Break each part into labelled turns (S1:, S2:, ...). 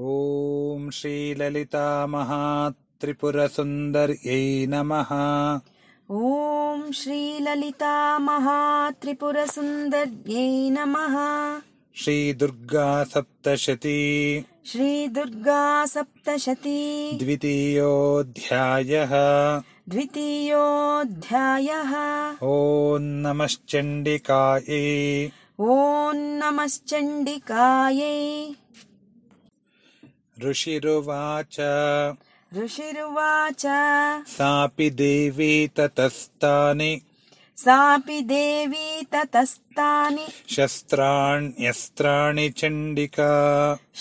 S1: ॐ श्रीललितामहात्रिपुरसुन्दर्यै नमः
S2: ॐ श्रीललितामहात्रिपुरसुन्दर्यै नमः
S1: श्रीदुर्गा सप्तशती
S2: श्रीदुर्गा सप्तशती
S1: द्वितीयोऽध्यायः
S2: द्वितीयोऽध्यायः
S1: ॐ नमश्चण्डिकायै
S2: ॐ नमश्चण्डिकायै
S1: ऋषिरुवाच
S2: ऋषिर्वाच
S1: सापि देवी ततस्तानि
S2: सापि देवी ततस्तानि
S1: शस्त्राण्यस्त्राणि चण्डिका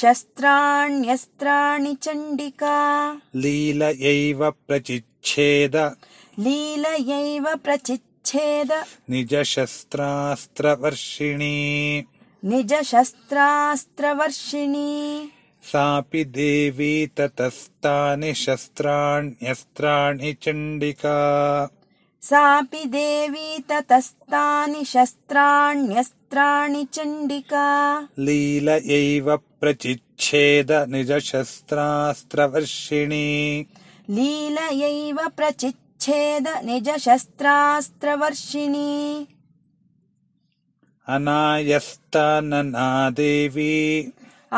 S2: शस्त्राण्यस्त्राणि चण्डिका
S1: लीलयैव प्रचिच्छेद
S2: लीलयैव प्रचिच्छेद
S1: निजशस्त्रास्त्रवर्षिणी
S2: निजशस्त्रास्त्रवर्षिणी
S1: सापि देवी ततस्तानि शस्त्राण्यस्त्राणि चण्डिका
S2: सापि देवी ततस्तानि शस्त्राण्यस्त्राणि चण्डिका
S1: लीलयैव प्रचिच्छेद निजशस्त्रास्त्रवर्षिणी
S2: लीलयैव प्रचिच्छेद निजशस्त्रास्त्रवर्षिणी
S1: अनायस्तानना देवी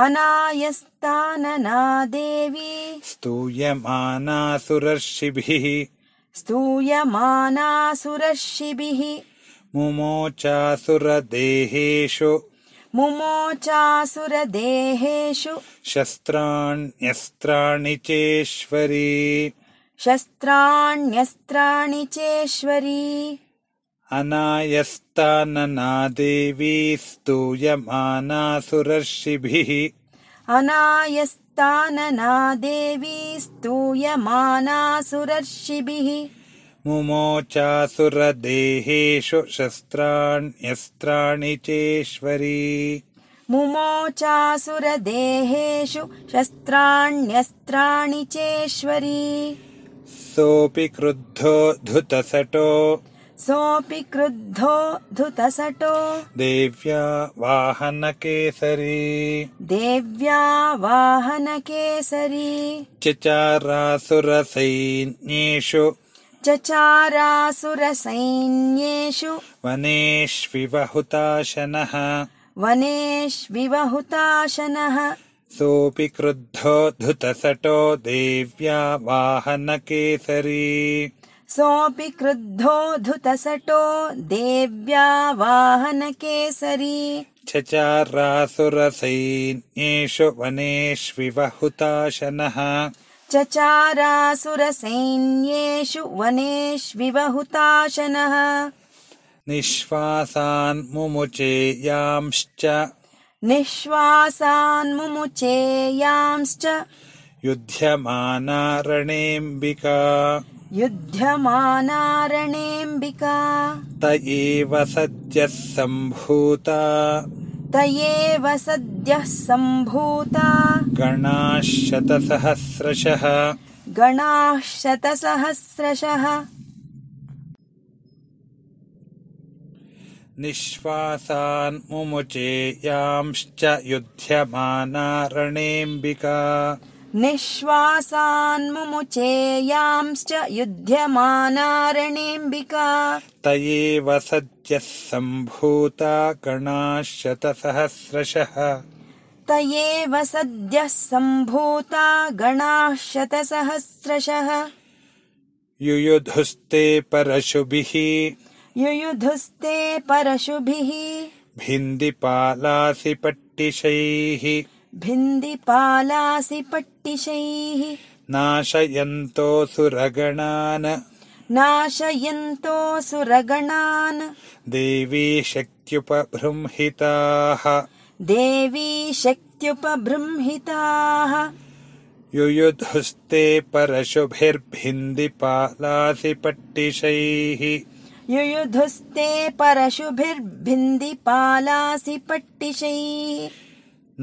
S2: अनायस्तानना देवी
S1: स्तूयमाना सुरर्षिभिः
S2: स्तूयमाना सुरर्षिभिः
S1: मुमोचासुरदेहेषु
S2: मुमोचासुरदेहेषु
S1: शस्त्राण्यस्त्राणि चेश्वरी
S2: शस्त्राण्यस्त्राणि चेश्वरी
S1: अनायस्तानना देवी स्तूयमाना सुरर्षिभिः
S2: अनायस्तानना देवी स्तूयमाना सुरर्षिभिः
S1: मुमोचासुरदेहेषु शस्त्राण्यस्त्राणि चेश्वरी
S2: मुमोचासुरदेहेषु शस्त्राण्यस्त्राणि चेश्वरी
S1: सोऽपि क्रुद्धो धुतसटो
S2: सोऽपि क्रुद्धो धुतसटो
S1: देव्या वाहनकेसरी
S2: देव्या वाहनकेसरी
S1: चचारासुरसैन्येषु
S2: चचारासुरसैन्येषु
S1: वनेष्विव हुताशनः
S2: वनेष्विवहुताशनः
S1: सोऽपि क्रुद्धो धुतसटो देव्या वाहनकेसरी
S2: सोऽपि क्रुद्धो धुतसटो देव्या वाहनकेसरी
S1: चचारासुरसैन्येषु वनेष्विव हुताशनः
S2: चचारासुरसैन्येषु वनेष्विवहुताशनः
S1: निःश्वासान् मुमुचे यांश्च
S2: निःश्वासान्मुमुचेयांश्च
S1: युध्यमाना रणेऽम्बिका
S2: युध्यमानारणेऽम्बिका
S1: त एव सद्यः सम्भूता
S2: त एव सद्यः सम्भूता
S1: गणाः शतसहस्रशः
S2: गणाः शतसहस्रशः
S1: निःश्वासान् मुमुचे यांश्च युध्यमाना रणेऽम्बिका
S2: निःश्वासान्मुमुचेयांश्च युध्यमानारणेऽम्बिका
S1: त एव सद्यः सम्भूता गणाः शतसहस्रशः
S2: त एव सद्यः सम्भूता गणाः शतसहस्रशः
S1: युयुधुस्ते परशुभिः
S2: युयुधुस्ते परशुभिः
S1: भिन्दिपालासि पट्टिशैः
S2: भिन्दिपालासि पट्टिशैः
S1: नाशयन्तो सुरगणान्
S2: नाशयन्तो सुरगणान्
S1: देवी शक्त्युपबृंहिताः
S2: देवी शक्त्युपबृंहिताः
S1: युयुधुस्ते परशुभिर्भिन्दिपालासि पट्टिशैः
S2: युयुधुस्ते परशुभिर्भिन्दिपालासि पट्टिशैः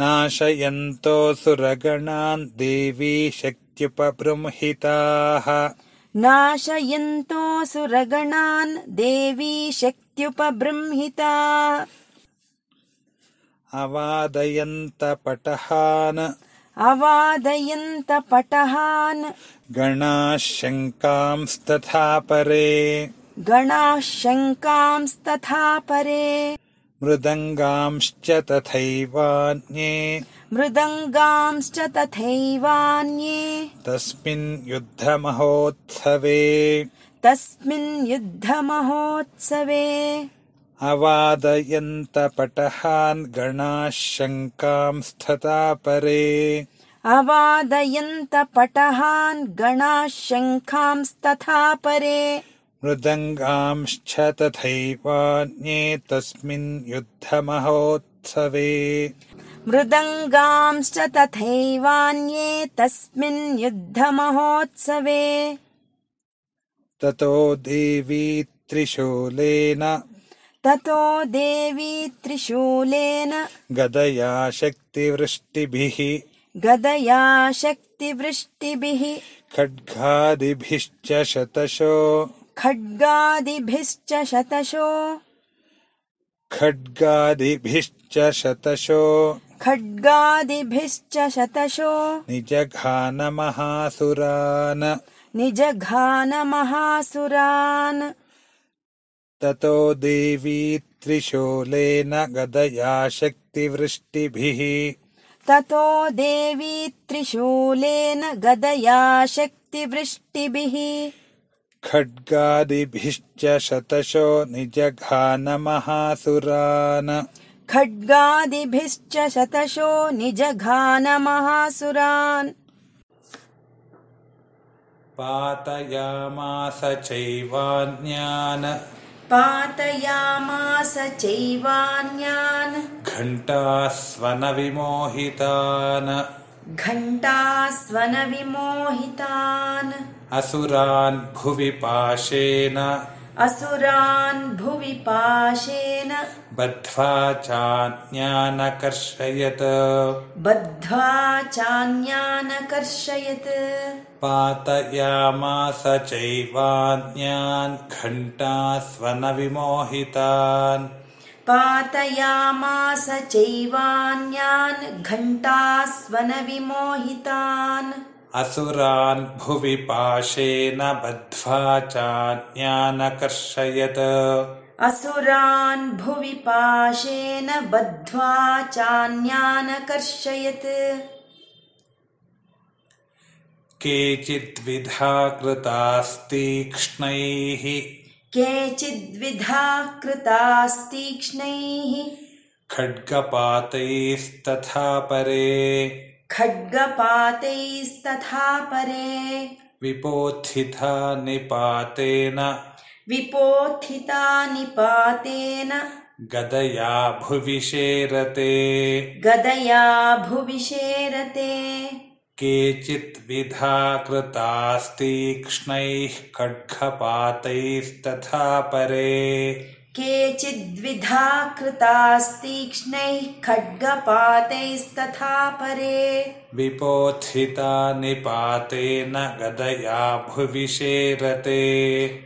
S1: नाशयन्तो सुरगणान् देवी शक्त्युपबृंहिताः
S2: नाशयन्तो सुरगणान् देवी शक्त्युपबृंहिता
S1: अवादयन्त पटहान्
S2: अवादयन्त पटहान्
S1: गणाः शङ्कांस्तथा परे
S2: गणाः शङ्कांस्तथा परे
S1: मृदङ्गांश्च तथैवान्ये
S2: मृदङ्गांश्च तथैवान्ये
S1: तस्मिन् युद्धमहोत्सवे
S2: तस्मिन् युद्धमहोत्सवे
S1: अवादयन्त पटहान् गणाः शङ्कांस्तथा परे
S2: अवादयन्त पटहान् गणाः शङ्खांस्तथा परे
S1: मृदङ्गांश्च तथैवान्ये तस्मिन् युद्धमहोत्सवे
S2: मृदङ्गांश्च तथैवान्ये तस्मिन् युद्धमहोत्सवे
S1: ततो देवी त्रिशूलेन
S2: ततो देवी त्रिशूलेन
S1: गदया शक्तिवृष्टिभिः
S2: गदया शक्तिवृष्टिभिः
S1: खड्गादिभिश्च शतशो
S2: खड्गादिभिश्च शतशो
S1: खड्गादिभिश्च शतशो
S2: खड्गादिभिश्च शतशो
S1: निजघानमहासुरान्
S2: निजघानमहासुरान्
S1: ततो देवी त्रिशूलेन गदया शक्तिवृष्टिभिः
S2: ततो देवी त्रिशूलेन गदया शक्तिवृष्टिभिः
S1: खड्गादिभिश्च शतशो निजघानमहासुरान्
S2: खड्गादिभिश्च शतशो निजघानमहासुरान्
S1: पातयामास चैवान्यान्
S2: पातयामास चैवान्यान्
S1: घण्टास्वनविमोहितान्
S2: घण्टास्वनविमोहितान्
S1: असुरान् भुवि पाशेन
S2: असुरान् भुवि पाशेन
S1: बद्ध्वा चान्यानकर्षयत्
S2: बद्ध्वा चान्यानकर्षयत्
S1: पातयामास चैवान्यान् घण्टास्वनविमोहितान्
S2: पातयामास चैवान्यान् घण्टास्वनविमोहितान्
S1: असुरान् भुवि पाशेन बद्ध्वा चान्यानकर्षयत्
S2: असुरान् भुवि पाशेन बद्ध्वा चान्यानकर्षयत्
S1: केचिद्विधा कृतास्तीक्ष्णैः
S2: केचिद्विधा कृतास्तीक्ष्णैः
S1: खड्गपातैस्तथा परे
S2: खड्गपातैस्तथा परे
S1: विपोत्थिता निपातेन
S2: विपोत्थिता निपातेन
S1: गदया भुविशेरते
S2: गदया भुवि शेरते
S1: केचिद्विधा कृतास्तीक्ष्णैः खड्गपातैस्तथा परे
S2: केचिद्विधा कृतास्तीक्ष्णैः खड्गपातैस्तथा परे
S1: विपोत्थिता निपातेन गदया भुविशेरते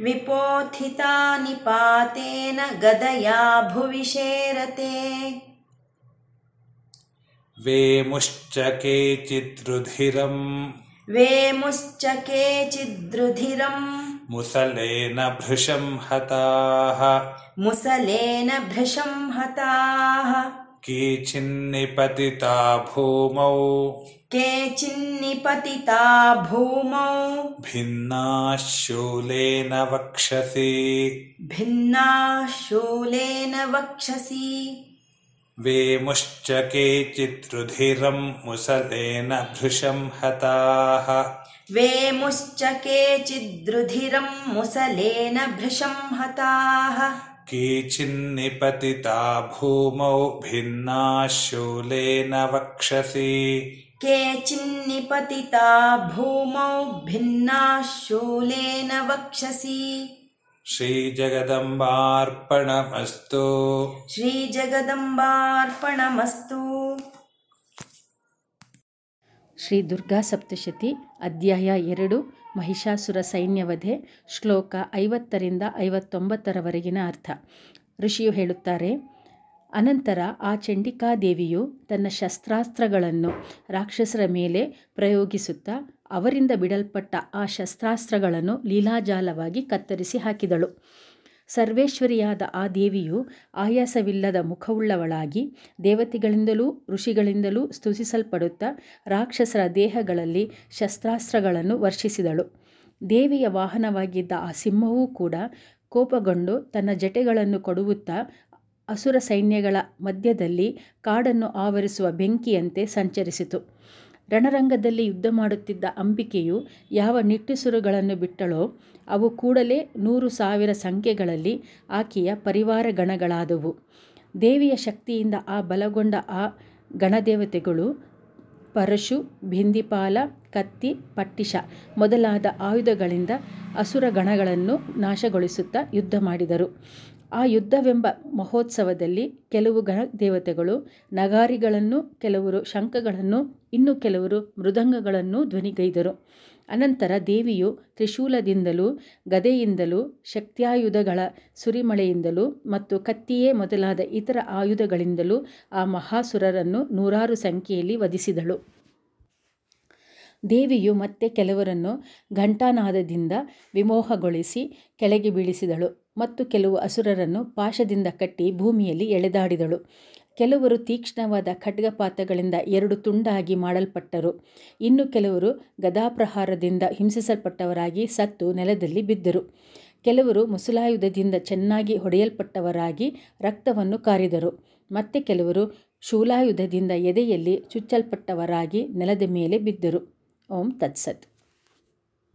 S2: विपोत्थिता निपातेन गदया भुवि शेरते
S1: वेमुश्च केचिद्रुधिरम्
S2: वेमुश्च केचिद्रुधिरम्
S1: मुसलेन भृशं हताः
S2: मुसलेन भृशं हताः
S1: केचिन्निपतिता भूमौ
S2: केचिन्निपतिता भूमौ
S1: भिन्नाः शूलेन वक्षसि
S2: भिन्नाः शूलेन वक्षसि
S1: वेमुश्च केचिद्रुधिरम् मुसलेन भृशं हताः
S2: वेमुश्च केचिद्रुधिरम् मुसलेन भृशं हताः
S1: केचिन्निपतिता भूमौ भिन्नाः शूलेन वक्षसि
S2: केचिन्निपतिता भूमौ भिन्नाः शूलेन वक्षसि
S1: श्रीजगदम्बार्पणमस्तु
S2: श्रीजगदम्बार्पणमस्तु
S3: ಶ್ರೀ ದುರ್ಗಾ ಸಪ್ತಶತಿ ಅಧ್ಯಾಯ ಎರಡು ಮಹಿಷಾಸುರ ಸೈನ್ಯವಧೆ ಶ್ಲೋಕ ಐವತ್ತರಿಂದ ಐವತ್ತೊಂಬತ್ತರವರೆಗಿನ ಅರ್ಥ ಋಷಿಯು ಹೇಳುತ್ತಾರೆ ಅನಂತರ ಆ ಚಂಡಿಕಾದೇವಿಯು ತನ್ನ ಶಸ್ತ್ರಾಸ್ತ್ರಗಳನ್ನು ರಾಕ್ಷಸರ ಮೇಲೆ ಪ್ರಯೋಗಿಸುತ್ತಾ ಅವರಿಂದ ಬಿಡಲ್ಪಟ್ಟ ಆ ಶಸ್ತ್ರಾಸ್ತ್ರಗಳನ್ನು ಲೀಲಾಜಾಲವಾಗಿ ಕತ್ತರಿಸಿ ಹಾಕಿದಳು ಸರ್ವೇಶ್ವರಿಯಾದ ಆ ದೇವಿಯು ಆಯಾಸವಿಲ್ಲದ ಮುಖವುಳ್ಳವಳಾಗಿ ದೇವತೆಗಳಿಂದಲೂ ಋಷಿಗಳಿಂದಲೂ ಸ್ತುತಿಸಲ್ಪಡುತ್ತಾ ರಾಕ್ಷಸರ ದೇಹಗಳಲ್ಲಿ ಶಸ್ತ್ರಾಸ್ತ್ರಗಳನ್ನು ವರ್ಷಿಸಿದಳು ದೇವಿಯ ವಾಹನವಾಗಿದ್ದ ಆ ಸಿಂಹವೂ ಕೂಡ ಕೋಪಗೊಂಡು ತನ್ನ ಜಟೆಗಳನ್ನು ಕೊಡುತ್ತಾ ಅಸುರ ಸೈನ್ಯಗಳ ಮಧ್ಯದಲ್ಲಿ ಕಾಡನ್ನು ಆವರಿಸುವ ಬೆಂಕಿಯಂತೆ ಸಂಚರಿಸಿತು ರಣರಂಗದಲ್ಲಿ ಯುದ್ಧ ಮಾಡುತ್ತಿದ್ದ ಅಂಬಿಕೆಯು ಯಾವ ನಿಟ್ಟುಸಿರುಗಳನ್ನು ಬಿಟ್ಟಳೋ ಅವು ಕೂಡಲೇ ನೂರು ಸಾವಿರ ಸಂಖ್ಯೆಗಳಲ್ಲಿ ಆಕೆಯ ಪರಿವಾರ ಗಣಗಳಾದವು ದೇವಿಯ ಶಕ್ತಿಯಿಂದ ಆ ಬಲಗೊಂಡ ಆ ಗಣದೇವತೆಗಳು ಪರಶು ಭಿಂದಿಪಾಲ ಕತ್ತಿ ಪಟ್ಟಿಷ ಮೊದಲಾದ ಆಯುಧಗಳಿಂದ ಅಸುರ ಗಣಗಳನ್ನು ನಾಶಗೊಳಿಸುತ್ತಾ ಯುದ್ಧ ಮಾಡಿದರು ಆ ಯುದ್ಧವೆಂಬ ಮಹೋತ್ಸವದಲ್ಲಿ ಕೆಲವು ಗಣ ದೇವತೆಗಳು ನಗಾರಿಗಳನ್ನು ಕೆಲವರು ಶಂಖಗಳನ್ನು ಇನ್ನು ಕೆಲವರು ಮೃದಂಗಗಳನ್ನು ಧ್ವನಿಗೈದರು ಅನಂತರ ದೇವಿಯು ತ್ರಿಶೂಲದಿಂದಲೂ ಗದೆಯಿಂದಲೂ ಶಕ್ತ್ಯಾಯುಧಗಳ ಸುರಿಮಳೆಯಿಂದಲೂ ಮತ್ತು ಕತ್ತಿಯೇ ಮೊದಲಾದ ಇತರ ಆಯುಧಗಳಿಂದಲೂ ಆ ಮಹಾಸುರರನ್ನು ನೂರಾರು ಸಂಖ್ಯೆಯಲ್ಲಿ ವಧಿಸಿದಳು ದೇವಿಯು ಮತ್ತೆ ಕೆಲವರನ್ನು ಘಂಟಾನಾದದಿಂದ ವಿಮೋಹಗೊಳಿಸಿ ಕೆಳಗೆ ಬೀಳಿಸಿದಳು ಮತ್ತು ಕೆಲವು ಅಸುರರನ್ನು ಪಾಶದಿಂದ ಕಟ್ಟಿ ಭೂಮಿಯಲ್ಲಿ ಎಳೆದಾಡಿದಳು ಕೆಲವರು ತೀಕ್ಷ್ಣವಾದ ಖಡ್ಗಪಾತಗಳಿಂದ ಎರಡು ತುಂಡಾಗಿ ಮಾಡಲ್ಪಟ್ಟರು ಇನ್ನು ಕೆಲವರು ಗದಾಪ್ರಹಾರದಿಂದ ಹಿಂಸಿಸಲ್ಪಟ್ಟವರಾಗಿ ಸತ್ತು ನೆಲದಲ್ಲಿ ಬಿದ್ದರು ಕೆಲವರು ಮುಸಲಾಯುಧದಿಂದ ಚೆನ್ನಾಗಿ ಹೊಡೆಯಲ್ಪಟ್ಟವರಾಗಿ ರಕ್ತವನ್ನು ಕಾರಿದರು ಮತ್ತೆ ಕೆಲವರು ಶೂಲಾಯುಧದಿಂದ ಎದೆಯಲ್ಲಿ ಚುಚ್ಚಲ್ಪಟ್ಟವರಾಗಿ ನೆಲದ ಮೇಲೆ ಬಿದ್ದರು ಓಂ ತತ್ಸತ್